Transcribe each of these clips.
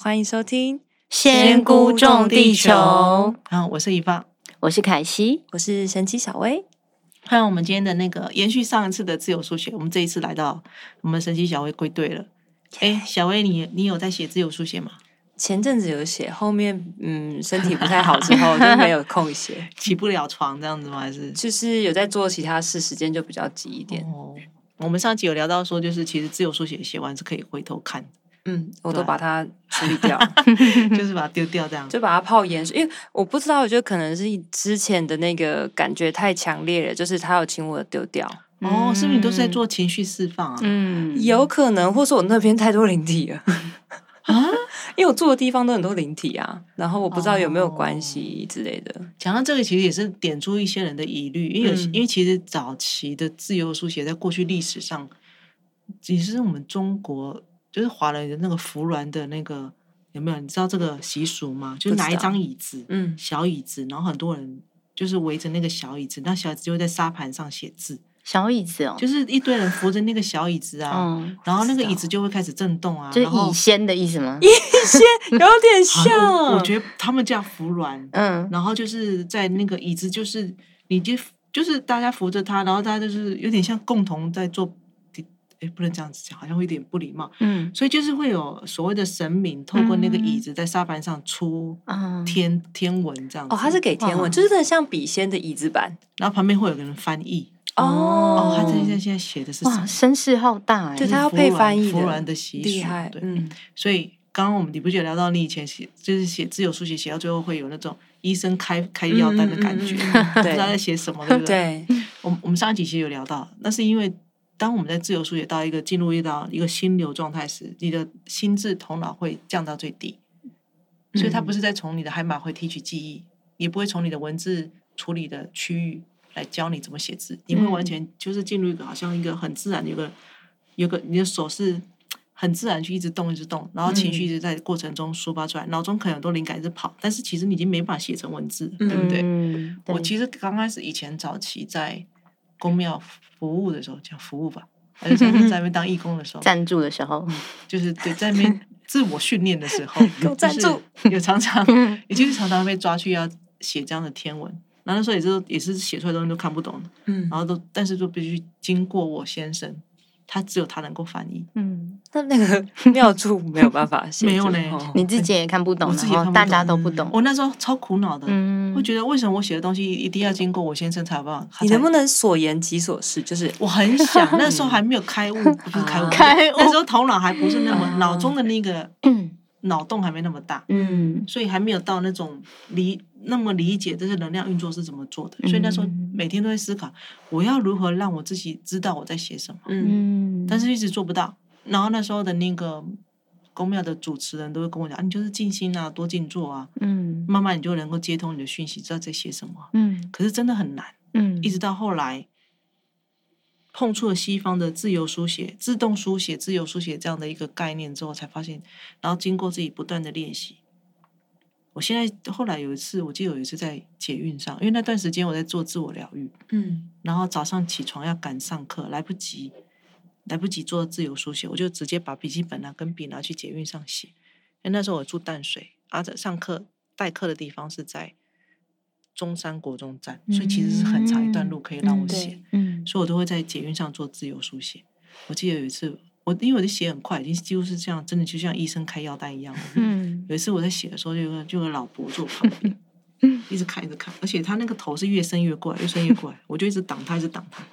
欢迎收听《仙姑种地球啊，我是一放。我是凯西，我是神奇小薇。看我们今天的那个延续上一次的自由书写，我们这一次来到我们神奇小薇归队了。哎，小薇，你你有在写自由书写吗？嗯前阵子有写，后面嗯身体不太好之 后就没有空写，起不了床这样子吗？还是就是有在做其他事，时间就比较急一点。哦，我们上集有聊到说，就是其实自由书写写完是可以回头 看，嗯，我都对啊把它处理 掉，就是把它丢掉这样。就把它泡盐水，因为我不知道，我觉得可能是之前的那个感觉太强烈了，就是他有请我丢掉，哦，是不是你都是在做情绪释放啊？嗯，有可能，或是我那边太多灵体 了。啊因为我住的地方都很多灵体啊，然后我不知道有没有关系哦之类的。讲到这个，其实也是点出一些人的疑虑，因为有些、嗯因为其实早期的自由书写在过去历史上，也是我们中国就是华人的那个服鸾的那个有没有？你知道这个习俗吗？就是拿不知一道张椅子，嗯，小椅子，然后很多人就是围着那个小椅子，那小椅子就会在沙盘上写字，小椅子哦，就是一堆人扶着那个小椅子啊，嗯，然后那个哦知椅子道就会开始震动啊，就然是后乙仙的意思吗？有点好像， 我我觉得他们叫服鸾，嗯，然后就是在那个椅子，就是你就就是大家扶着他，然后大家就是有点像共同在做，哎，不能这样子讲，好像会有点不礼貌。嗯所以就是会有所谓的神明透过嗯那个椅子在沙盘上出嗯，天、天文这样子。啊哦，它是给天文，哇就是真的像笔仙的椅子版然后旁边会有个人翻译。哦哦，他它现在现在写的是什哇，么？声势浩大哎，对是它要服配软翻译服的软的习厉俗害，对嗯，所以刚刚我们你不觉得聊到你以前写就是写自由书写写到最后会有那种医生开开药单的感觉，嗯嗯嗯嗯不知道在写什 么，对不对？对，我们我们上一集其实有聊到，那是因为当我们在自由书写到一个进入一到一个心流状态时，你的心智头脑会降到最低，所以它不是在从你的海马回提取记忆，也不会从你的文字处理的区域来教你怎么写字，你会完全就是进入一个好像一个很自然的有个有个你的手是。很自然去一直动，一直动，然后情绪一直在过程中抒发出来，脑中可能很多灵感一直跑，但是其实你已经没办法写成文字了，对不对？嗯我对其实刚开始以前早期在公庙服务的时候，叫服务吧，还是像是在那边当义工的时候，赞助的时候，就是对在 那边自我训练的时候，给我赞助，嗯有常常也就是常常被抓去要写这样的天文，然后那时候也是也是写出来的东西都看不懂，嗯然，后都但是就必须经过我先生，他只有他能够翻译，嗯，那那个妙处没有办 法写出，没有嘞哦你自己也看不懂，我自己也然看后不大家都不嗯懂，我那时候超苦恼的，嗯，会觉得为什么我写的东西一定要经过我先生才有办法？他你才能不能所言即所是？就是我很想，那时候还没有 开悟，不是开悟，开悟那时候头脑还不是那么， 啊脑中的那个嗯脑洞还没那么大，嗯所以还没有到那种理那么理解这些能量运作是怎么做的。所以那时候嗯每天都在思考，我要如何让我自己知道我在写什么，嗯，嗯，但是一直做不到。然后那时候的那个公庙的主持人都会跟我讲，啊你就是静心啊，多静坐啊，嗯慢慢你就能够接通你的讯息，知道在写什么啊。嗯可是真的很难。嗯，一直到后来碰触了西方的自由书写、自动书写、自由书写这样的一个概念之后，才发现，然后经过自己不断的练习，我现在后来有一次，我记得有一次在捷运上，因为那段时间我在做自我疗愈，嗯，然后早上起床要赶上课，来不及，来不及做自由书写，我就直接把笔记本啊跟笔拿去捷运上写。因为那时候我住淡水，啊，在上课代课的地方是在中山国中站，所以其实是很长一段路可以让嗯我嗯写，对，嗯所以我都会在捷运上做自由书写。我记得有一次，我因为我的写很快，已经几乎是这样，真的就像医生开药单一样。嗯有一次我在写的时候，就有个就有个老伯坐我旁边，一直看一直看，而且他那个头是越伸越过来，越伸越过来，我就一直挡他，一直挡他。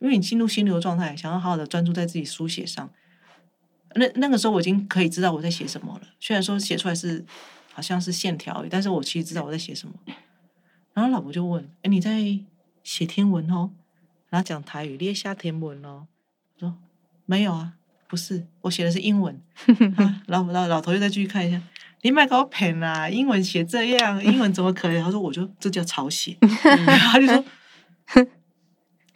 因为你进入心流状态，想要好好的专注在自己书写上，那那个时候我已经可以知道我在写什么了。虽然说写出来是好像是线条而已，但是我其实知道我在写什么。然后老婆就问：“哎，你在写天文哦？”然后讲台语，列下天文哦。我说：“没有啊，不是，我写的是英文。啊” 老老老头又再继续看一下，你卖给我骗啦！英文写这样，英文怎么可能？他说：“我就这叫抄写。他就说：“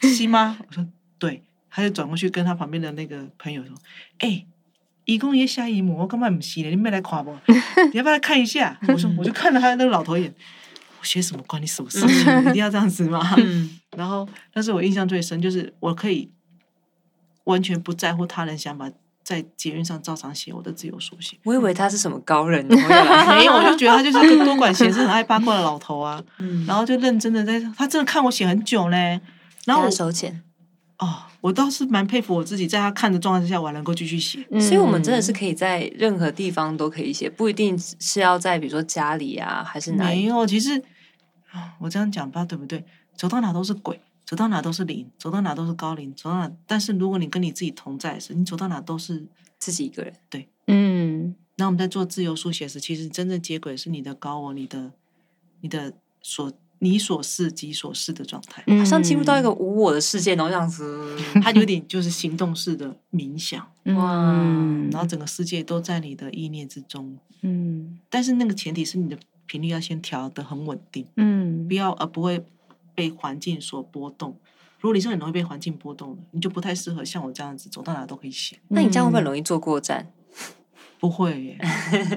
是吗？”我说：“对。”他就转过去跟他旁边的那个朋友说：“哎、伊讲伊下一幕，我感觉唔是嘞，你们要来看不？你要不要来看一下？”我说：“我就看了他那个老头一眼，我写什么关你什么事情？一定要这样子吗？”嗯。然后，但是我印象最深就是我可以完全不在乎他人想法在捷运上照常写我的自由书写我以为他是什么高 人，你会来没有，我就觉得他就是个多管闲事、很爱八卦的老头啊。嗯然后就认真的在，他真的看我写很久呢。然后给我他收钱，哦，我倒是蛮佩服我自己，在他看的状态之下，我还能够继续写。嗯所以，我们真嗯的是可以在任何地方都可以写，不一定是要在比如说家里啊，还是哪没里。有，其实啊我这样讲不知道对不对，走到哪都是鬼，走到哪都是零，走到哪都是高龄，走到哪。但是如果你跟你自己同在时，你走到哪都是。自己一个人，嗯，那我们在做自由书写时，其实真正接轨是你的高我，你的你的所你所是即所是的状态。嗯好像进入到一个无我的世界，然后这样 子，它有点就是行动式的冥想，哇嗯然后整个世界都在你的意念之中。嗯但是那个前提是你的频率要先调得很稳定，嗯不要而呃不会被环境所波动。如果你是很容易被环境波动的，你就不太适合像我这样子走到哪都可以写。那你这样嗯会不会很易？容易坐过站？不会耶，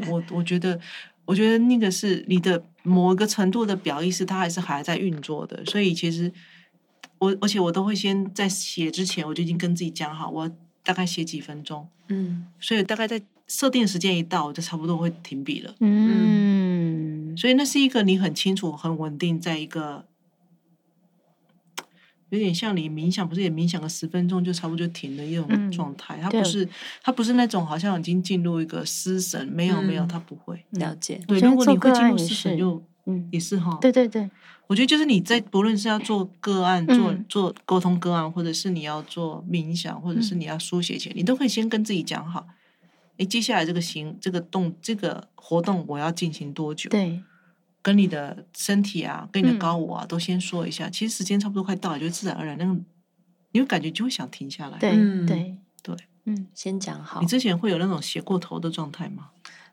我我觉得，我觉得那个是你的某一个程度的表意识，它还是还在运作的。所以其实我，而且我都会先在写之前，我就已经跟自己讲好，我大概写几分钟。嗯，所以大概在设定时间一到，我就差不多会停笔了。嗯，所以那是一个你很清楚、很稳定，在一个有点像你冥想，不是也冥想个十分钟就差不多就停的一种嗯状态。它对不是，它不是那种好像已经进入一个失神，没有没有，嗯它不会。了解。对，觉如果得做你会个进入案也失神是就。嗯也是哈，对对对，我觉得就是你在不论是要做个案、做嗯做沟通个案，或者是你要做冥想，或者是嗯你要书写前，你都可以先跟自己讲好，哎，接下来这个行、这个动、这个活动我要进行多久？对，跟你的身体啊，跟你的嗯高我啊，都先说一下。其实时间差不多快到了，就自然而然那个，你会感觉就会想停下来。对嗯对对，嗯先讲好你，之前会有那种斜过头的状态吗？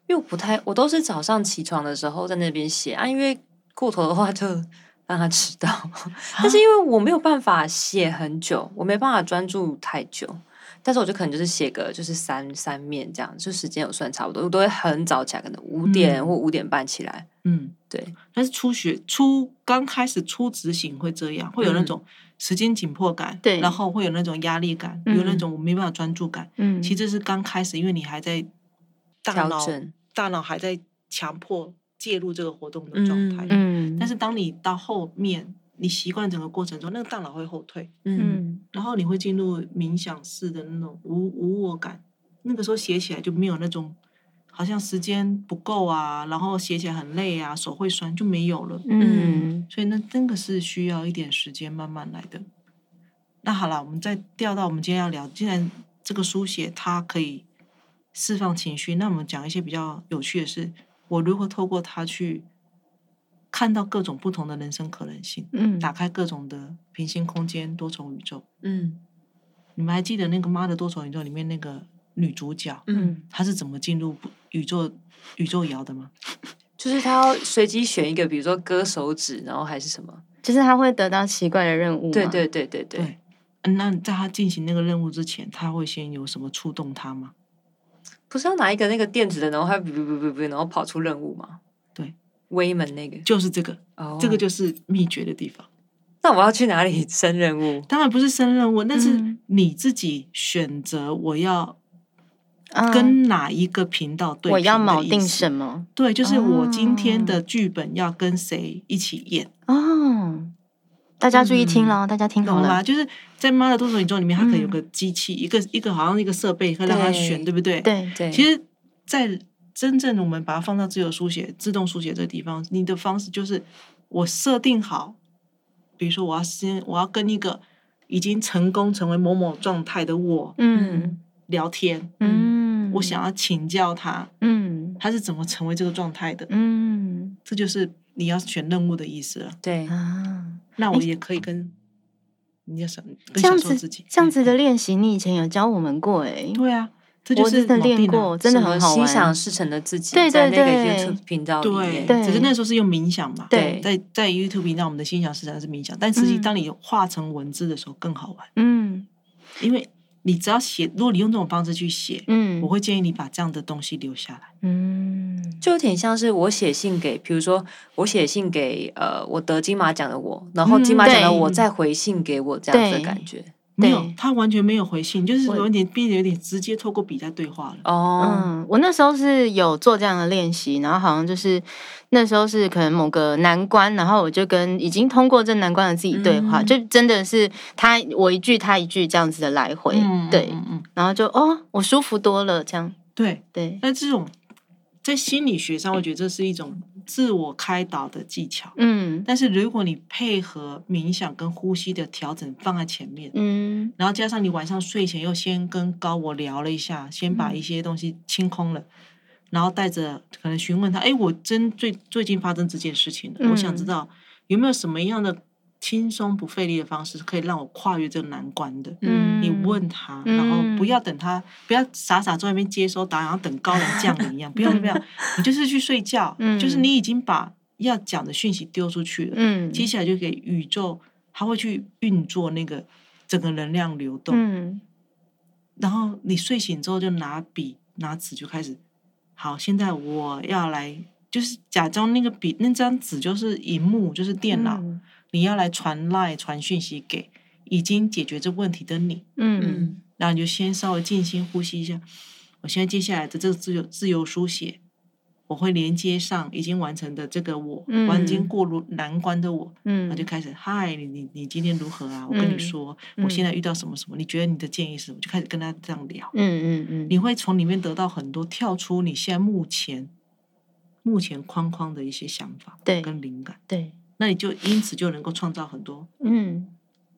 因为我不太，我都是早上起床的时候在那边写啊，因为过头的话就 让他迟到。啊 但是因为我没有办法写很久，我没办法专注太久，但是我就可能就是写个就是三三面这样，就时间有算差不多，我都会很早起来，可能五点嗯或五点半起来。嗯，对，但是初学初刚开始初执行会这样，会有那嗯种时间紧迫感，对然后会有那种压力感，有那嗯种我没办法专注感。嗯，其实这是刚开始，因为你还在大调脑整大脑还在强迫介入这个活动的状态。嗯，但是当你到后面，你习惯整个过程中，那个大脑会后退，嗯，嗯然后你会进入冥想式的那种无无我感。那个时候写起来就没有那种好像时间不够啊，然后写起来很累啊，手会酸就没有了。嗯所以呢，那个是需要一点时间慢慢来的。那好了，我们再调到我们今天要聊，既然这个书写它可以释放情绪，那我们讲一些比较有趣的事。我如何透过它去看到各种不同的人生可能性，嗯，打开各种的平行空间、多重宇宙。嗯你们还记得那个《妈的多重宇宙》里面那个女主角，嗯，嗯她是怎么进入宇宙宇宙摇的吗？就是他要随机选一个，比如说割手指，然后还是什么？就是他会得到奇怪的任务嘛，对对对对对，对嗯那在她进行那个任务之前，她会先有什么触动她吗？不是要拿一个那个电子的，然后它不不不不，然后跑出任务吗？对，威门那个，就是这个，哦，这个就是秘诀的地方。那我要去哪里升任务？当然不是生任务，那是嗯你自己选择我要啊，跟哪一个频道对、我要锚定什什么？么对，就是我今天的剧本要跟谁一起演，哦，大家注意嗯听喽，大家听懂好了吗？嗯了，就是在《妈的多重宇宙》里面，它可能有嗯个机器，一个一个好像一个设备，可以让它对选，对不对？。对，对，其实，在真正我们把它放到自由书写、自动书写这个地方，你的方式就是我设定好，比如说我要先我要跟一个已经成功成为某某状态的我嗯聊天，嗯，我想要请教他，嗯他是怎么成为这个状态的，嗯这就是你要选任务的意思了。对，啊，那我也可以跟你要想跟这享样受子自己这样子的嗯练习，你以前有教我们过哎，对啊，这就我是真的锚练定啊过，真的什么很好心想玩，事成的自己，对在对那个对 YouTube 频道里对面，，对只是那时候是用冥想嘛，对在在 YouTube 频道，我们的心想事成是冥想，但实际嗯当你化成文字的时候更好玩，嗯因为你只要写，如果你用这种方式去写，嗯，我会建议你把这样的东西留下来。嗯就有点像是我写信给，比如说我写信给呃我得金马奖的我，然后金马奖的嗯对我再回信给我这样子的对感觉，没有对，他完全没有回信，就是我有点变得有点直接透过笔在对话了。哦，嗯，我那时候是有做这样的练习，然后好像就是那时候是可能某个难关，然后我就跟已经通过这难关的自己对话，嗯就真的是他我一句他一句这样子的来回，对，嗯嗯，然后就哦，我舒服多了，这样对。对，那这种在心理学上，我觉得这是一种自我开导的技巧。嗯但是如果你配合冥想跟呼吸的调整放在前面，嗯然后加上你晚上睡前又先跟高我聊了一下，先把嗯一些东西清空了，然后带着可能询问他，哎，我真最最近发生这件事情了，我想知嗯道有没有什么样的轻松不费力的方式可以让我跨越这个难关的。嗯你问他，然后不嗯要等他，不要傻傻坐在那边接收答案，然后等高人降临一样，不要 不要，你就是去睡觉，就是嗯你已经把要讲的讯息丢出去了，嗯，接下来就给宇宙，它会去运作那个整个能量流动。嗯然后你睡醒之后就拿笔拿纸就开始，好，现在我要来，就是假装那个笔那张纸就是荧幕，就是电脑，嗯你要来传赖传讯息给已经解决这问题的你，嗯嗯然后你就先稍微静心呼吸一下。我现在接下来的这个自由自由书写，我会连接上已经完成的这个我，完经嗯过如难关的我，嗯，他就开始嗨，你你你今天如何啊？我跟你嗯说，我现嗯在遇到什么什么，你觉得你的建议是什么？就开始跟他这样聊，嗯嗯你嗯会从里面得到很多跳出你现在目前目前框框的一些想法，对跟灵感，对那你就因此就能够创造很多，嗯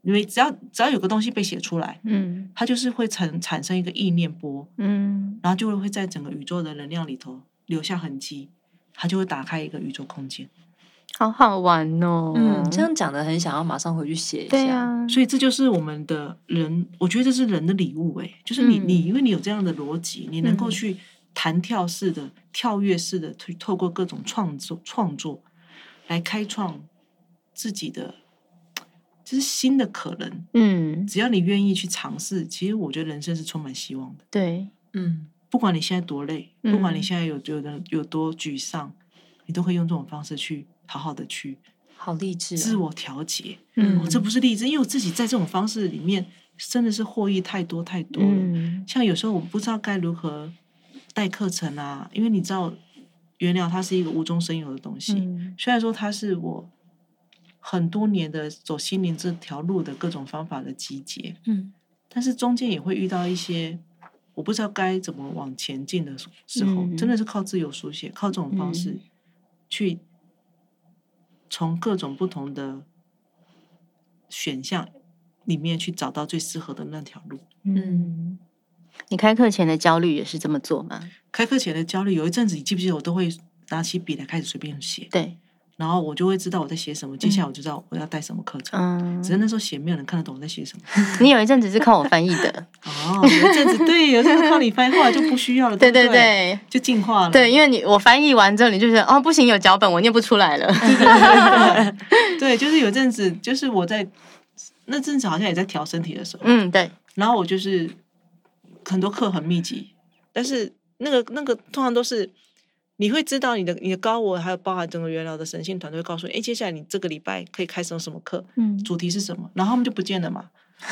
因为只要只要有个东西被写出来，嗯它就是会产产生一个意念波，嗯然后就会在整个宇宙的能量里头留下痕迹，它就会打开一个宇宙空间。好好玩哦，嗯，这样讲的很想要马上回去写一对下。啊，所以这就是我们的人，我觉得这是人的礼物哎、就是你、你嗯因为你有这样的逻辑，你能够嗯去弹跳式的、跳跃式的，去透过各种创作创作来开创自己的，就是新的可能。嗯只要你愿意去尝试，其实我觉得人生是充满希望的。对，嗯，不管你现在多累，不管你嗯现在有有的有多沮丧，你都可以用这种方式去好好的去好励志、哦。自我调节。嗯哦，这不是励志，因为我自己在这种方式里面真的是获益太多太多了。嗯像有时候我不知道该如何带课程啊，因为你知道原料它是一个无中生有的东西，嗯虽然说它是我很多年的走心灵这条路的各种方法的集结，嗯但是中间也会遇到一些。我不知道该怎么往前进的时候，嗯真的是靠自由书写，靠这种方式嗯去从各种不同的选项里面去找到最适合的那条路。嗯，你开课前的焦虑也是这么做吗？开课前的焦虑，有一阵子你记不记得我都会拿起笔来开始随便写，对，然后我就会知道我在写什么，接下来我就知道我要带什么课程。嗯只，是那时候写没有人看得懂我在写什么。你有一阵子是靠我翻译的，哦，有一阵子对，有一阵子靠你翻译，后来就不需要了， 对对对不对就进化了。对，因为你我翻译完之后，你就觉得哦不行，有脚本我念不出 来了， 对，就是有一阵子，就是我在那阵子好像也在调身体的时候，嗯对，然后我就是很多课很密集，但是那个那个通常都是你会知道你的你的高我，还有包含整个元老的神性团队会告诉你，哎，接下来你这个礼拜可以开什么什么课，嗯主题是什么，然后他们就不见了嘛。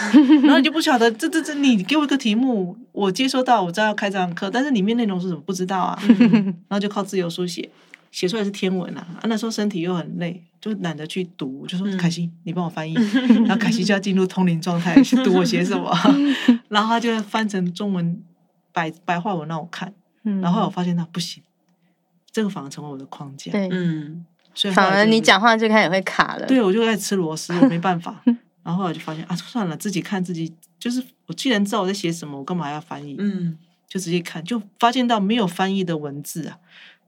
然后你就不晓得，这这这，你给我一个题目，我接收到，我知道要开这堂课，但是里面内容是什么不知道 啊，嗯然后就靠自由书写，写出来是天文啊。啊那时候身体又很累，就懒得去读，我就说嗯凯西，你帮我 翻译。然后凯西就要进入通灵状态，去读我写什么，然后他就翻成中文白白话文让我看，嗯然后我发现他不行，这个反而成为我的框架。对，嗯，所以后来反而就是你讲话就开始会卡了，对，我就在吃螺丝，我没 办法。然后后来就发现啊，算了，自己看自己，就是我既然知道我在写什么，我干嘛还要翻译？嗯就直接看，就发现到没有翻译的文字啊，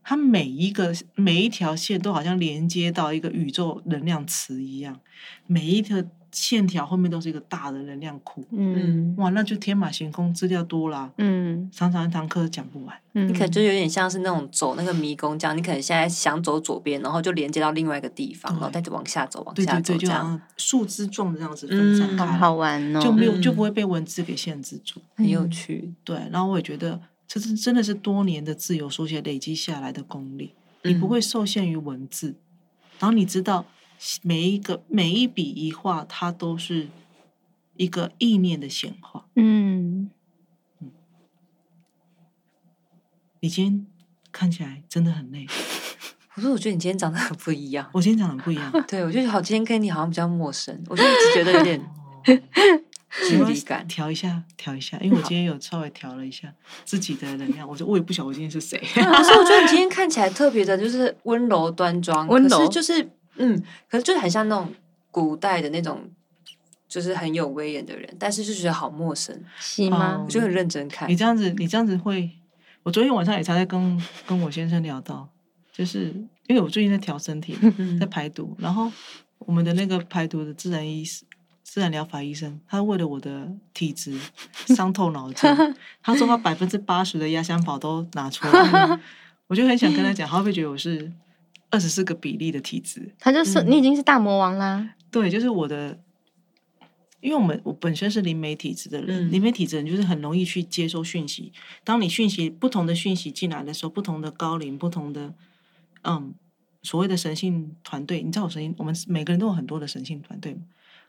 它每一个每一条线都好像连接到一个宇宙能量池一样，每一条线条后面都是一个大的能量库。嗯哇，那就天马行空，资料多啦，嗯常常一堂课讲不完。嗯，你可能就有点像是那种走那个迷宫这样，你可能现在想走左边，然后就连接到另外一个地方，对然后再往下走，往对下对走对，这就好样，像树枝状的这样子分散嗯开来，好玩哦，就没有就嗯不会被文字给限制住。很有趣。对，然后我也觉得这是真的是多年的自由书写累积下来的功力，你嗯不会受限于文字，然后你知道每一个每一笔一画，它都是一一个意念的显化。嗯，你今天看起来真的很累，我说，我觉得你今天长得很不一样。。我今天长得不一样 对，我就好，今天跟你好像比较陌生，我就一直觉得有 点距离感。调一下，调一下，因为我今天有稍微调了一下自己的能量，我就我也不晓得我今天是谁。可是我觉得你今天看起来特别的，就是温柔端庄，温可柔是就是嗯，可是就是很像那种古代的那种，就是很有威严的人，但是就觉得好陌生。喜吗哦我？就很认真看你，这样子，你这样子会，我昨天晚上也才在跟跟我先生聊到，就是因为我最近在调身体，嗯在排毒，然后我们的那个排毒的自然医师、自然疗法医生，他为了我的体质伤透脑筋，他说他百分之八十的压箱宝都拿出来，我就很想跟他讲，他会不会觉得我是二十四个比例的体质？他就是、嗯你已经是大魔王啦，对，就是我的，因为我们我本身是灵媒体质的人，嗯灵媒体质的人就是很容易去接收讯息。当你讯息不同的讯息进来的时候，不同的高龄，不同的嗯所谓的神性团队，你知道我神性，我们每个人都有很多的神性团队嘛。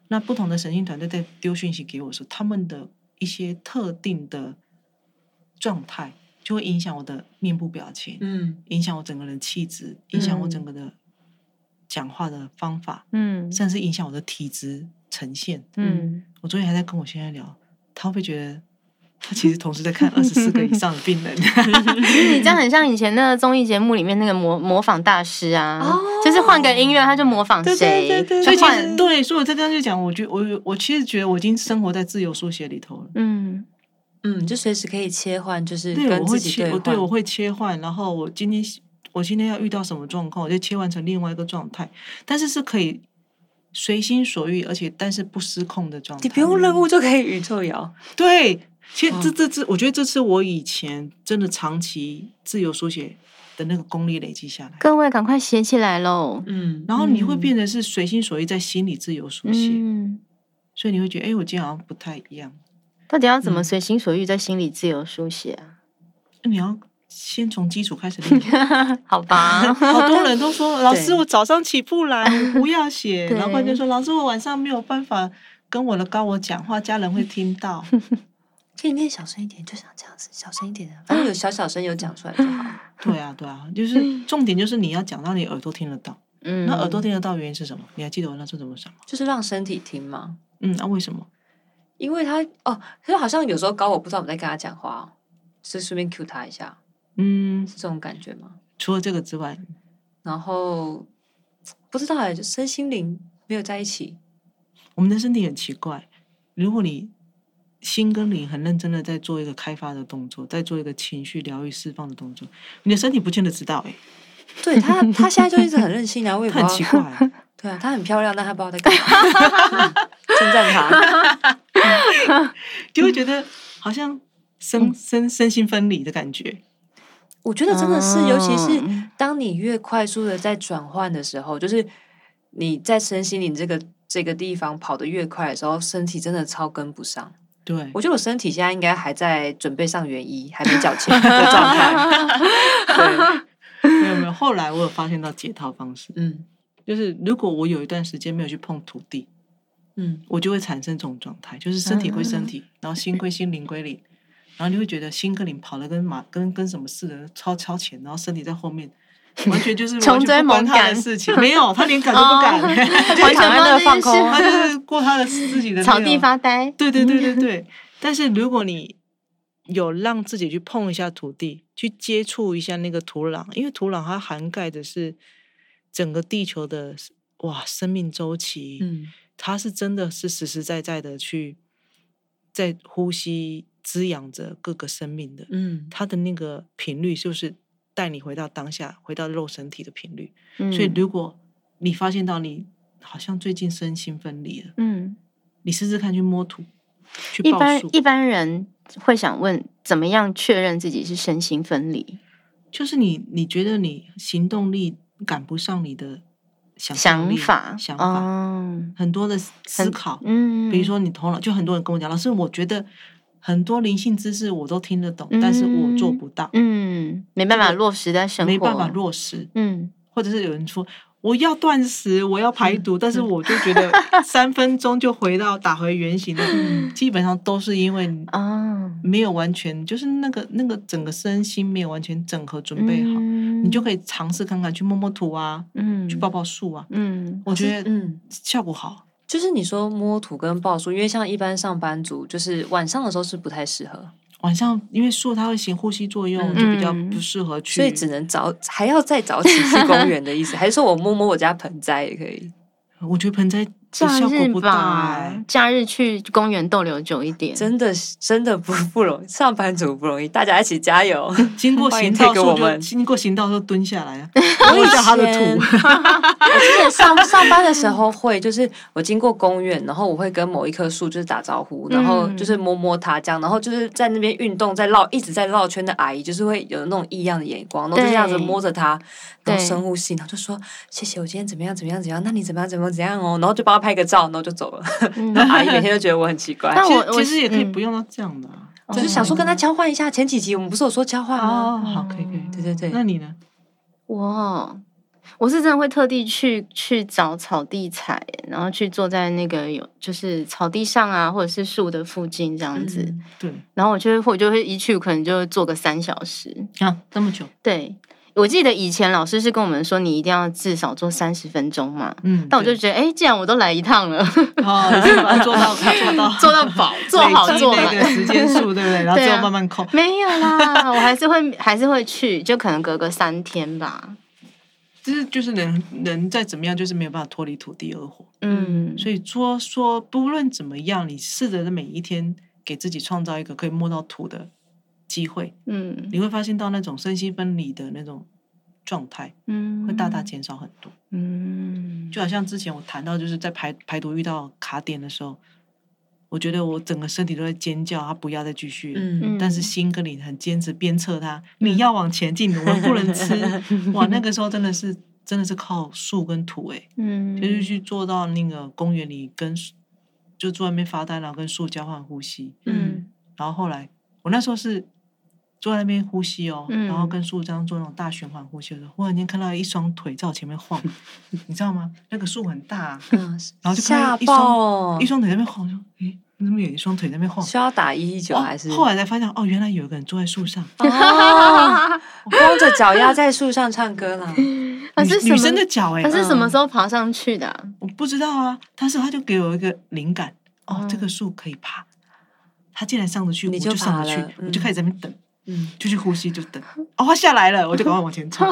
那不同的神性团队在丢讯息给我的时候，他们的一些特定的状态，就会影响我的面部表情，嗯影响我整个人气质，影响我整嗯个的讲话的方法。嗯甚至影响我的体质呈现。嗯，我昨天还在跟我先生聊，他会不会觉得他其实同时在看二十四个以上的病 人？你这样很像以前那个综艺节目里面那个模模仿大师啊，哦就是换个音乐他就模仿对对谁，对对就所以其换实对，所以我在这样就讲，我觉我有我其实觉得我已经生活在自由书写里头了。嗯嗯，就随时可以切换，就是对，跟我自会己切，我对换。我会切换，然后我今天我今天要遇到什么状况，我就切换成另外一个状态，但是是可以随心所欲，而且但是不失控的状态。你不用嗯任务就可以宇宙摇，对，其实这嗯这次，我觉得这次我以前真的长期自由书写的那个功力累积下来，各位赶快写起来喽，嗯，然后你会嗯变得是随心所欲在心里自由书写，嗯，所以你会觉得，哎，我今天好像不太一样。到底要怎么嗯随心所欲在心里自由书写啊？那你要先从基础开始练。 啊好 吧，好多人都说，老师，对我早上起不来，我不要写。然后或对者说，老师，我晚上没有办法跟我的高我讲话，家人会听 到。可以念小声一点，就像这样子，小声一点的，反正有小小声有讲出来就好了。对啊，对啊，就是重点就是你要讲到你耳朵听得到。嗯，那耳朵听得到原因是什么？你还记得我那时候怎么想吗？就是让身体听嘛，嗯，那为什么？因为他哦，可是好像有时候高我不知道我们在跟他讲话哦，是顺便 cue 他一下，嗯，是这种感觉吗？除了这个之外，然后不知道哎，就身心灵没有在一起，我们的身体很奇怪。如果你心跟灵很认真的在做一个开发的动作，在做一个情绪疗愈释放的动作，你的身体不见得知道、欸，对他，他现在就一直很任性啊，我也哎，不很奇知道，怪、欸。对啊，他很漂亮，但他不知道在干嘛，嗯称赞 他，就会觉得好像身身身心分离的感觉。我觉得真的是，尤其是嗯当你越快速的在转换的时候，就是你在身心灵这个这个地方跑得越快的时候，身体真的超跟不上。对，我觉得我身体现在应该还在准备上元一，还没缴钱的状态。对，没有没有。后来我有发现到解套方式，嗯就是如果我有一段时间没有去碰土地，嗯我就会产生这种状态，就是身体归身嗯体，然后心归心，灵归灵，然后你会觉得心跟灵跑得跟马跟跟什么似的，超超前，然后身体在后面，完全 就是穷完全追不关猛他的赶事情，没有，他连敢都不敢，哦 就躺在完全不知那个道放这空， 件事他就是过他的自己的啊草那地种发呆，对对对对 对。但是如果你有让自己去碰一下土地，去接触一下那个土壤，因为土壤它涵盖的是整个地球的哇生命周期，嗯，它是真的是实实在在的去在呼吸滋养着各个生命的，嗯，它的那个频率就是带你回到当下，回到肉身体的频率。嗯所以如果你发现到你好像最近身心分离了，嗯，你试试看去摸土，去一报般数，一般人会想问，怎么样确认自己是身心分离？就是你你觉得你行动力赶不上你的想象想力法，想法、哦很多的思很考，嗯，比如说你头脑，就很多人跟我讲，老师，我觉得很多灵性知识我都听得懂，但是我做嗯不到，嗯，没办法这个落实在生活，没办法，落实，嗯或者是有人说。我要断食，我要排毒，但是嗯我就觉 得三分钟就回到打回原形了，嗯基本上都是因为啊，没有完全，就是那个那个整个身心没有完全整合准备好，你你就可以尝试看看，去摸摸土啊，嗯去抱抱树啊，嗯我觉得嗯，效果好。就是你说摸土跟抱树，因为像一般上班族，就是晚上的时候是不太适合，晚上因为树它会行呼吸作用，嗯就比较嗯不适合去。所以只能早还要再早起去公园的意思，还是 说我摸摸我家盆栽也可以？我觉得盆栽的假效果日不大、吧 欸，，假日去公园逗留久一点。真的是真的不不容易，上班族不容易，大家一起加油！经过欢迎行道 take 我树就们经过行道就蹲下 来啊，我摸一下它的以前土。 我之前上上班的时候会，就是我经过公园，然后我会跟某一棵树就是打招呼，然后嗯就是摸摸它这样，然后就是在那边运动，在绕一直在绕圈的阿姨，就是会有那种异样的眼光，然后就对这样子摸着它，然后对深呼吸，然后就说谢谢，我今天怎么样怎么样怎么样，那你怎么样怎么样怎样哦，然后就帮他拍个照，然后就走了。嗯然后阿姨每天都觉得我很奇怪。但其我实其我实也可以嗯不用到这样的、啊，我就是想说跟他交换一下，前几集我们不是有说交换哦，嗯吗？好，可以可以。对对对，那你呢？哇，哦我是真的会特地去去找草地采，然后去坐在那个有就是草地上啊，或者是树的附近这样子。嗯对然后我就会我就会一去可能就会坐个三小时。啊，这么久，对，我记得以前老师是跟我们说，你一定要至少做三十分钟嘛。嗯，但我就对觉得，哎、既然我都来一趟了， 哦，你是把它做到 做到做到饱，做好累积做那满个。时间数，对不对？然后对最啊后慢慢扣。 没有啦，我还是会还是会去，就可能隔个三天吧。就是就是人人再怎么样，就是没有办法脱离土地而活。嗯，所以说说，不论怎么样，你试着每一天给自己创造一个可以摸到土的机会，嗯你会发现到那种身心分离的那种状态嗯，会大大减少很多。嗯，就好像之前我谈到，就是在排排毒遇到卡点的时候，我觉得我整个身体都在尖叫，啊它不要再继续了。嗯，但是心跟你很坚持鞭策他，你要往前进，我们不能吃。哇，那个时候真的是真的是靠树跟土哎、嗯，就是去做到那个公园里跟树就坐在那边发呆，然后跟树交换呼吸。嗯然后后来我那时候是坐在那边呼吸哦，嗯然后跟树这样做那种大循环呼吸的时候，忽然间看到一双腿在我前 面晃，你知道吗？那个树很大啊、嗯然后就看吓到一双爆哦一，双腿在那边晃，我说诶，怎么有一双腿在那边晃？需要打一一九哦还是？后来才发现哦，原来有一个人坐在树上， 哦，我光着脚丫在树上唱歌啦。可嗯女啊是什女么生的脚哎、可是什么嗯时候爬上去的啊？我不知道啊，但是他就给我一个灵感，哦，这嗯个树可以爬，他竟然上得去，你我就就上爬得去了，我就开始在那边等，嗯，就去呼吸，就等，哦，他下来了，我就赶快往前 冲，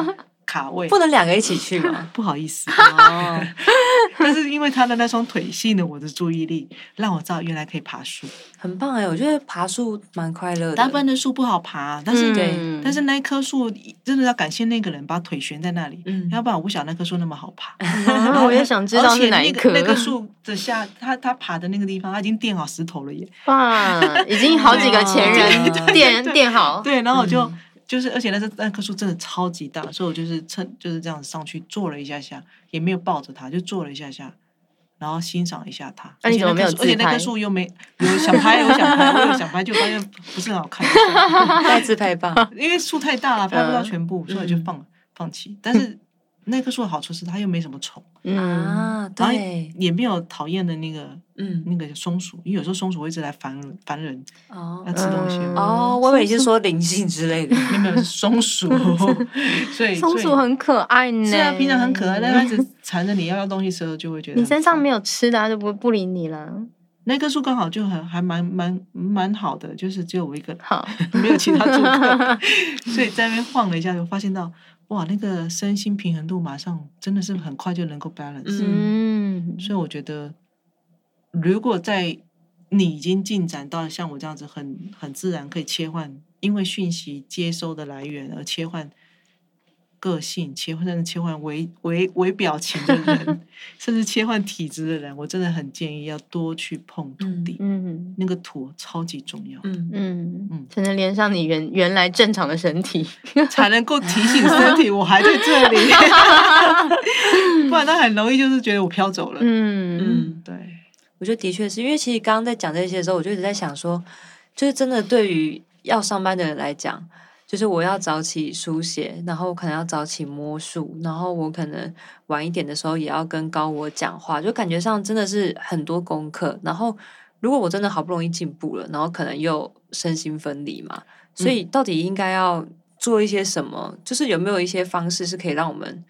卡位，？不能两个一起去吗不好意思，哦， 但是因为他的那双腿吸引了我的注意力，让我知道原来可以爬树。很棒哎，我觉得爬树蛮快乐的。大部分的树不好爬，但是、对嗯但是那一棵树真的要感谢那个人把腿悬在那里，嗯要不然我不晓得那棵树那么好爬。啊 我也想知道而是且哪一那棵个。那 个树的下，他他爬的那个地方，他已经垫好石头了耶。哇，已经好几个前对对人对垫垫好。啊对，然后我就、嗯就是，而且那是那棵树真的超级大，所以我就是趁就是这样上去坐了一下下，也没有抱着它，就坐了一下下，然后欣赏一下它。那而你且怎么那没有棵树而且自那拍棵树又没有想拍，有想拍，我有想拍，就发现不是很好看， 带自拍棒，因为树太大了，拍不到嗯全部，所以就嗯放了放弃。但是那棵树的好处是它又没什么虫，嗯，啊，然后对，也没有讨厌的那个嗯，那个松鼠，因为有时候松鼠会一直来烦人烦人，哦要吃东西。嗯哦，我以为你是说灵性之类的，没有是松 鼠，所以松所以鼠很可爱呢。是啊，平常很可爱，但它一直缠着你要要东西的时候，就会觉得你身上没有有吃的，它啊就不不理你了。那棵树刚好就很还蛮蛮蛮好的，就是只有我一 个，好，没有其他住客，所以在那边晃了一下，就发现到哇，那个身心平衡度马上真的是很快就能够 balance，、嗯，所以我觉得如果在你已经进展到像我这样子很很自然可以切换，因为讯息接收的来源而切换个性，切换甚至切换微微微表情的人， 甚至切换体质的人，我真的很建议要多去碰土嗯地，嗯那个土超级重要，嗯，嗯嗯，才能连上你原原来正常的身体。才能够提醒身 体我还在这里， 不然他很容易就是觉得我飘走了。嗯嗯对，我觉得的确是因为其实刚刚在讲这些的时候，我就一直在想说，就是真的对于要上班的人来讲，就是我要早起书写，然后我可能要早起摸树，然后我可能晚一点的时候也要跟高我讲话，就感觉上真的是很多功课。然后如果我真的好不容易进步了，然后可能又身心分离嘛，所嗯以到底应该要做一些什么？就是有没有一些方式是可以让我们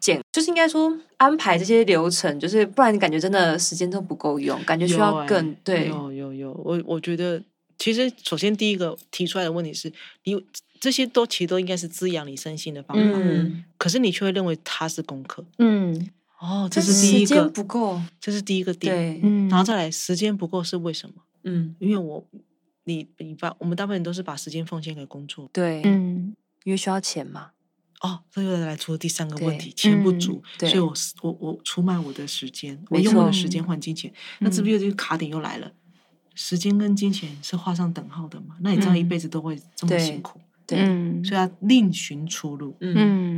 减，就是应该说安排这些流程，就是不然感觉真的时间都不够用，感觉需有要欸更、对。有有有，我我觉得其实首先第一个提出来的问题是你这些都其实都应该是滋养你身心的方法，嗯，可是你却会认为它是功课。嗯哦，这但是第时一间个，不够，这是第一个点。对，嗯，然后再来，时间不够是为什么？嗯，因为我你你把我们大部分人都是把时间奉献给工作。对，嗯因为需要钱嘛，哦，这又来出第三个问对题，钱不嗯足，所以对我是我我出卖我的时间，我没用我的时错间换金钱，那嗯嗯是不是这个卡点又来了？时间跟金钱是画上等号的嘛？那你这样一嗯辈子都会这么对辛苦，对，嗯所以要另寻出路。嗯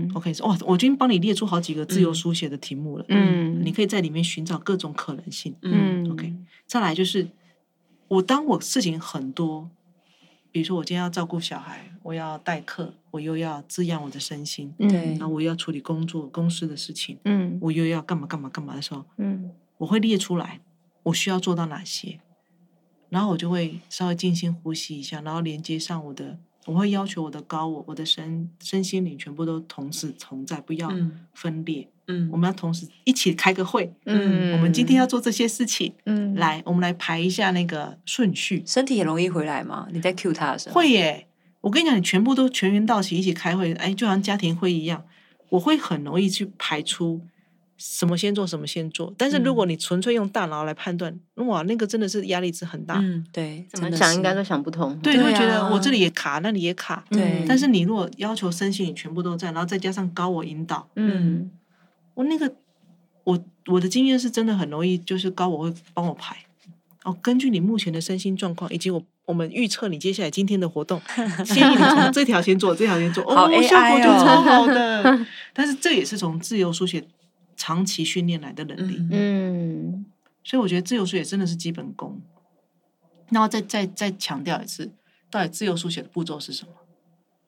嗯 OK，哇，我已经帮你列出好几个自由嗯书写的题目了，嗯你可以在里面寻找各种可能性。嗯，OK 再来就是，我当我事情很多，比如说我今天要照顾小孩，我要代课，我又要滋养我的身心，对然后我又要处理工作公司的事情，嗯我又要干嘛干嘛干嘛的时候，嗯我会列出来我需要做到哪些，然后我就会稍微静心呼吸一下，然后连接上我的，我会要求我的高我，我的身身心灵全部都同时同在，不要嗯分裂，嗯，我们要同时一起开个会，嗯我们今天要做这些事情，嗯来，我们来排一下那个顺序，身体也容易回来嘛，你在 cue 他的时候，会耶。我跟你讲，你全部都全员到齐一起开会，哎，就好像家庭会一样，我会很容易去排出什么先做，什么先做。但是嗯如果你纯粹用大脑来判断，哇，那个真的是压力值很大。嗯，对，怎么真的想是应该都想不通，嗯对，对会觉得啊嗯我这里也卡，那里也卡。对但是你如果要求身心你全部都在，然后再加上高我引导，嗯我那个我我的经验是真的很容易，就是高我会帮我排。哦，根据你目前的身心状况，以及我我们预测你接下来今天 的活动，建议你从这条先做，这条先做，好哦， AI 效果就哦超好的。但是这也是从自由书写长期训练来的能力，嗯嗯嗯所以我觉得自由书写真的是基本功。然后再再再强调一次，到底自由书写的步骤是什么？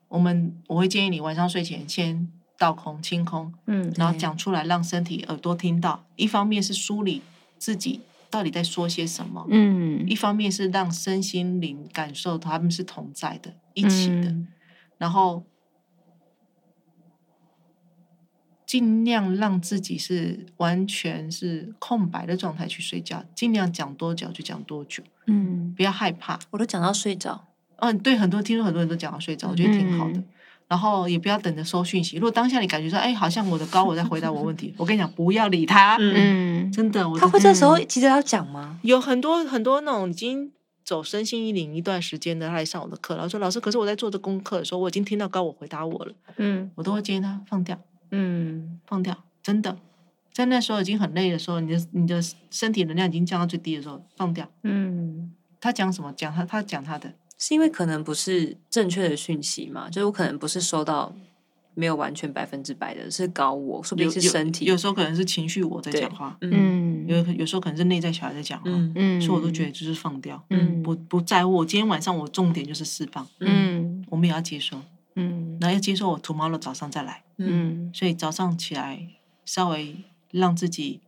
我们我会建议你晚上睡前先倒空、清空，嗯然后对讲出来，让身体、耳朵听到。一方面是梳理自己到底在说些什么，嗯一方面是让身心灵感受他们是同在的、一起的，然后尽量让自己是完全是空白的状态去睡觉，尽量讲多久就讲多久，嗯不要害怕。我都讲到睡着，嗯，对，很多听说很多人都讲到睡着，我觉得挺好的。嗯然后也不要等着收讯息。如果当下你感觉说，哎，好像我的高我在回答我问题，我跟你讲，不要理他，嗯真的，我他的会这时候嗯急着要讲吗？有很多很多那种已经走身心灵一段时间的，他来上我的课，然后说老师，可是我在做这功课的时候，我已经听到高我回答我了，嗯我都会建议他放掉，嗯放掉，真的，在那时候已经很累的时候，你的你的身体能量已经降到最低的时候，放掉。嗯他讲什么？讲他他讲他的，是因为可能不是正确的讯息嘛，就是我可能不是收到没有完全百分之百的，是搞我，说不有定是身体，有，有时候可能是情绪我在对讲话，嗯嗯有有时候可能是内在小孩在讲话，嗯嗯，所以我都觉得就是放掉，嗯不不在乎。我今天晚上我重点就是释放，嗯我们也要接受，嗯然后要接受我 tomorrow 早上再来。嗯所以早上起来稍微让自己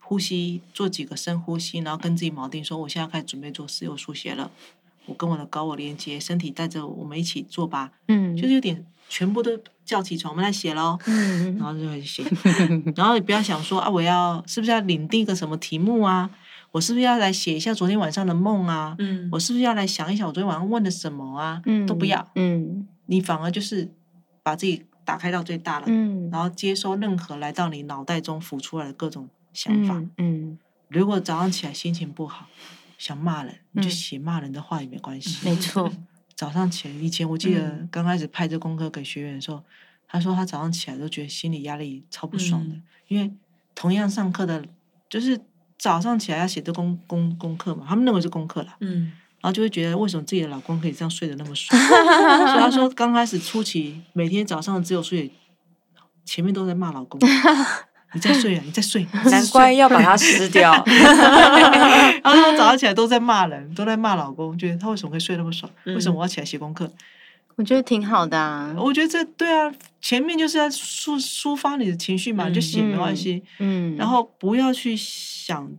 呼吸，做几个深呼吸，然后跟自己锚定说，我现在开始准备做私有书写了。我跟我的高我连接，身体带着我们一起做吧，嗯就是有点全部都叫起床，我们来写喽。然嗯后就会写， 然后也不要想说啊，我要是不是要领定一个什么题目啊？我是不是要来写一下昨天晚上的梦啊？嗯我是不是要来想一想我昨天晚上问了什么啊？嗯都不要，嗯你反而就是把自己打开到最大了，嗯然后接收任何来到你脑袋中浮出来的各种想法。嗯如果早上起来心情不好，想骂人，你就嗯写骂人的话也没关系。没错早上起来，以前我记得嗯刚开始派这功课给学员的时候，他说他早上起来都觉得心理压力超不爽的，嗯因为同样上课的，就是早上起来要写这功功功课嘛，他们认为是功课啦，嗯然后就会觉得为什么自己的老公可以这样睡得那 么爽？所以他说刚开始初期每天早上只有睡，前面都在骂 老公，你再睡啊，你再睡，你再难睡怪要把它撕掉，然嗯后他早上起来都在骂人，都在骂老公，觉得他为什么可以睡那么爽？为什么我要起来写功课？我觉得挺好的啊。我觉得这对啊，前面就是要抒抒发你的情绪嘛，你就写没关系。嗯，然后不要去想，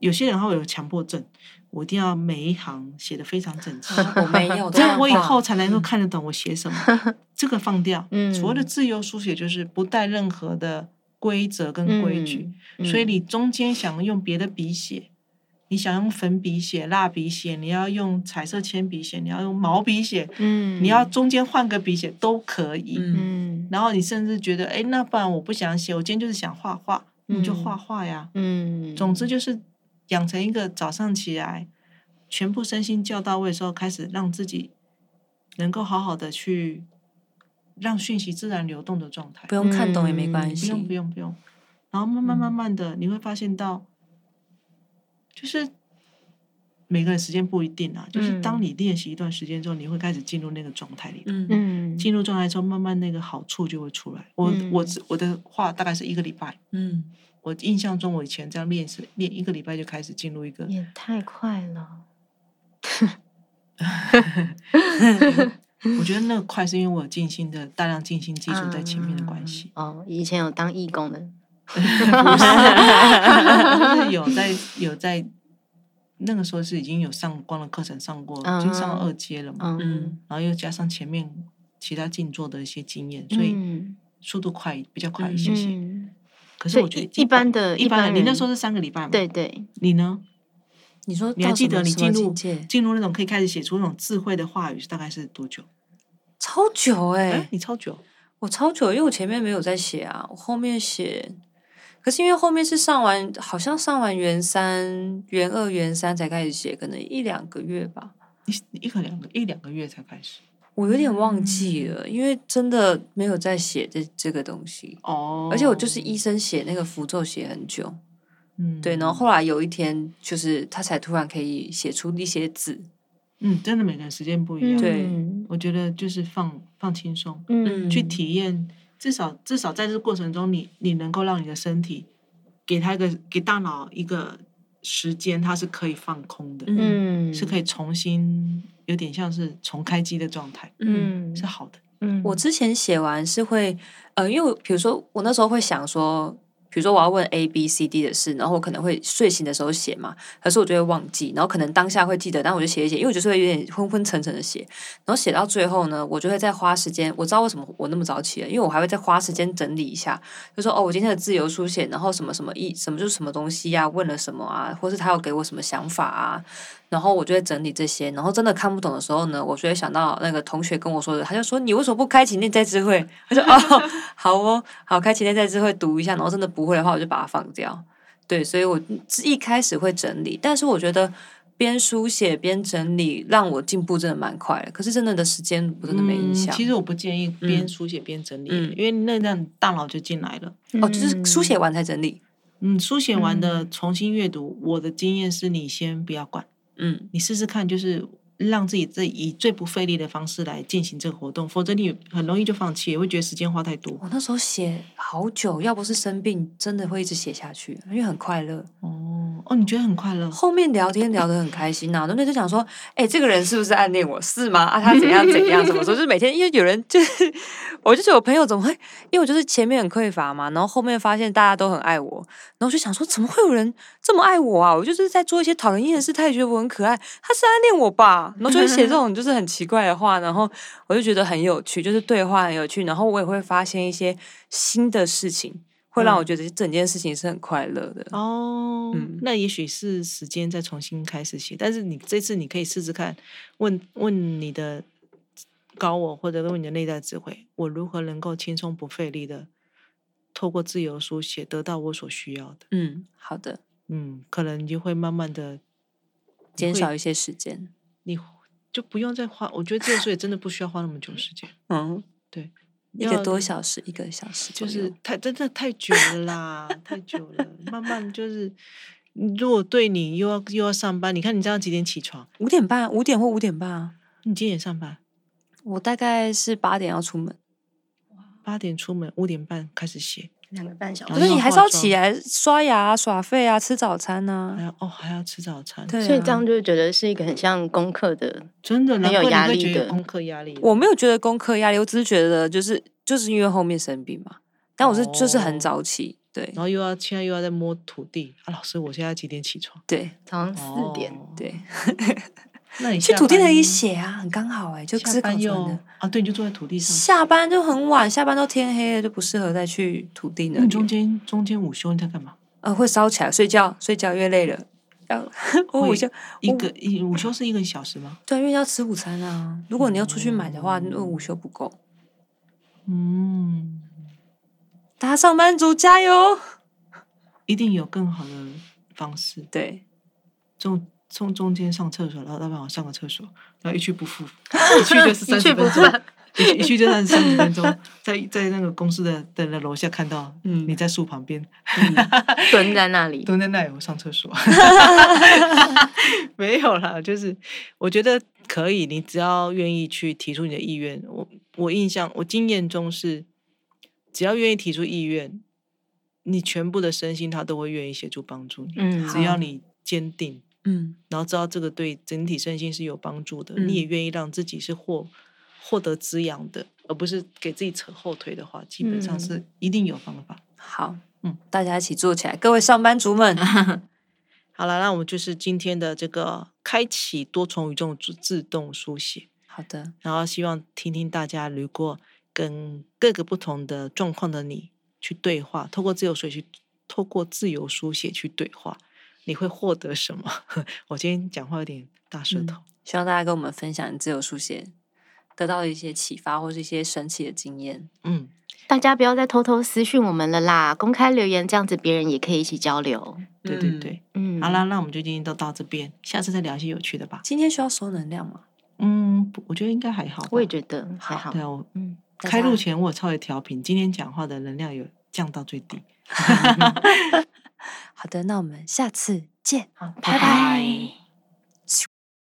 有些人他会有强迫症，我一定要每一行写的非常整 齐，我没有， 这样我以后才才能够看得懂我写什 么。这个放掉。哦嗯所谓的自由书写就是不带任何的规则跟规矩，嗯所以你中间想用别的笔写，你想用粉笔写、蜡笔写，你要用彩色铅笔写，你要用毛笔写，嗯，你要中间换个笔写都可以。嗯嗯然后你甚至觉得，哎，那不然我不想写，我今天就是想画画，你就嗯画画呀。嗯，总之就是养成一个早上起来全部身心叫到位的时候，开始让自己能够好好的去让讯息自然流动的状态不。用看懂也没关嗯不系，用不用不用，然后慢慢嗯慢慢的，你会发现到，就是每个人时间不一定啊，就是当嗯你练习一段时间之后，你会开始进入那个状态里头。嗯嗯进入状态之后，慢慢那个好处就会出来。我、我嗯只我的话大概是一个礼拜，嗯，我印象中我以前这样练是练一个礼拜就开始进入一 个也太快了，我觉得那个快是因为我有静心的大量静心基础在前面的关系，哦，以前有当义工的，啊 就是有在有在那个时候是已经有上光的课程上过，已经上了嗯二阶了嘛，嗯，然后又加上前面其他静坐的一些经验，所以嗯速度快比较快一嗯些些。嗯，可是所以我觉得一一般的一般的，你那时候人是三个礼拜嘛？对，对，你呢？你说你还到记什么得你什么进入境界进入那种可以开始写出那种智慧的话语是大概是多久？超久哎、哎，你超久，我超久，因为我前面没有在写啊，我后面写。可是因为后面是上完，好像上完元三、元二、元三才开始写，可能一两个月吧，你你一个两个一两个月才开始。我有点忘记了，因为真的没有在写这这个东西。哦而且我就是医生写那个符咒写很久，嗯对，然后后来有一天就是他才突然可以写出一些字，嗯，真的每个人时间不一样。对嗯我觉得就是放放轻松，嗯去嗯体验，至少至少在这过程中你，你能够让你的身体给他一个给大脑一个时间，它是可以放空的，嗯嗯是可以重新有点像是重开机的状态，嗯是好的。嗯，我之前写完是会，呃，因为我比如说我那时候会想说，比如说我要问 A B C D 的事，然后我可能会睡醒的时候写嘛，可是我就会忘记，然后可能当下会记得，但我就写一写，因为我就是会有点昏昏沉沉的写，然后写到最后呢，我就会再花时间，我知道为什么我那么早起了，因为我还会再花时间整理一下，就说哦，我今天的自由书写，然后什么什么意，什么就是什么东西呀、问了什么啊，或是他有给我什么想法啊，然后我就会整理这些，然后真的看不懂的时候呢，我就会想到那个同学跟我说的，他就说你为什么不开启内在智慧？我 说哦，好哦，好，开启内在智慧读一下，然后真的不会的话，我就把它放掉。对，所以我一开始会整理，但是我觉得边书写边整理，让我进步真的蛮快的。可是真的的时间我真的没印象。嗯其实我不建议边嗯书写边整理，嗯因为那让大脑就进来了。哦，就是书写完才整理。嗯，书写完的重新阅读，我的经验是你先不要管。嗯你试试看，就是让自己这以最不费力的方式来进行这个活动，否则你很容易就放弃，也会觉得时间花太多。我那时候写好久，要不是生病，真的会一直写下去，因为很快乐。哦哦，你觉得很快乐？后面聊天聊得很开心呐、然后那就想说，哎、这个人是不是暗恋我？是吗？啊，他怎样怎样？怎么说？就是每天，因为有人就是， 我就觉得我朋友怎么会？因为我就是前面很匮乏嘛，然后后面发现大家都很爱我，然后我就想说，怎么会有人这么爱我啊？我就是在做一些讨人厌的事，他也觉得我很可爱，他是暗恋我吧？然后就会写这种就是很奇怪的话，然后我就觉得很有趣，就是对话很有趣，然后我也会发现一些新的事情，会让我嗯觉得整件事情是很快乐的。哦，嗯那也许是时间再重新开始写，但是你这次你可以试试看，问问你的高我或者问你的内在智慧，我如何能够轻松不费力的透过自由书写得到我所需要的？嗯，好的。嗯，可能你就会慢慢的减少一些时间。你就不用再花，我觉得这个时候也真的不需要花那么久时间，嗯，对， 一要个多小时，一个小时就左右是太真的太久了啦，太久了，慢慢就是，如果对你又要又要上班，你看你这样几点起床？五点半，五点或五点半啊。你几点上班？我大概是八点要出门，嗯八点出门，五点半开始写，两个半小然可后是时哦要。你还是化要起来刷牙、啊、耍废啊、吃早餐呐、还啊。要哦还要吃早餐，对、啊，所以这样就会觉得是一个很像功课的，真的，很难有怪你压会力觉得有的功课压力。我没有觉得功课压力，我只是觉得就是就是因为后面生病嘛，但我是、就是哦很早起，对然后又要现在又要在摸土地啊，老师，我现在几点起床？对早上四点，哦，对，那你去下土地班那里写啊，很刚好哎、就是下搞班成又的。啊，对，你就坐在土地上。下班就很晚，下班都天黑了，就不适合再去土地那那你中里。间中间午休你在干嘛？呃，会烧起来，睡觉，睡觉，因为累了。要 我午会休，一我个一午休是一个小时吗？对，因为要吃午餐啊。如果你要出去买的话，那午休不够。嗯，大家上班族加油！一定有更好的方式。对，中中中间上厕所，然后老板我上个厕所，然后一去不复，一去就是三十分钟，一去一去就三三十分钟，在在那个公司的的的楼下看到，嗯你在树旁边蹲在那里，蹲在那里，我上厕所， 没有啦，就是我觉得可以，你只要愿意去提出你的意愿，我我印象我经验中是，只要愿意提出意愿，你全部的身心他都会愿意协助帮助你，嗯，好只要你坚定。嗯，然后知道这个对整体身心是有帮助的，你也嗯愿意让自己是获获得滋养的，而不是给自己扯后腿的话，基本上嗯是一定有方法。好，嗯嗯，大家一起做起来，各位上班族们， 好了，那我们就是今天的这个开启多重宇宙自自动书写，好的，然后希望听听大家如果跟各个不同的状况的你去对话，透过自由书写去，透过自由书写去对话，你会获得什么？ 我今天讲话有点大舌嗯头。希望大家跟我们分享你自由书写得到的一些启发或是一些神奇的经验。嗯 大家不要再偷偷私讯我们了啦，公开留言，这样子别人也可以一起交流。对对嗯对。嗯，好啦，，那我们就今天都到这边，下次再聊一些有趣的吧。今天需要收能量吗？嗯，不我觉得应该还好吧。我也觉得还好对，啊，我嗯，大开录家前我有稍微调频，今天讲话的能量有降到最低。好的，那我们下次见。好，拜拜拜拜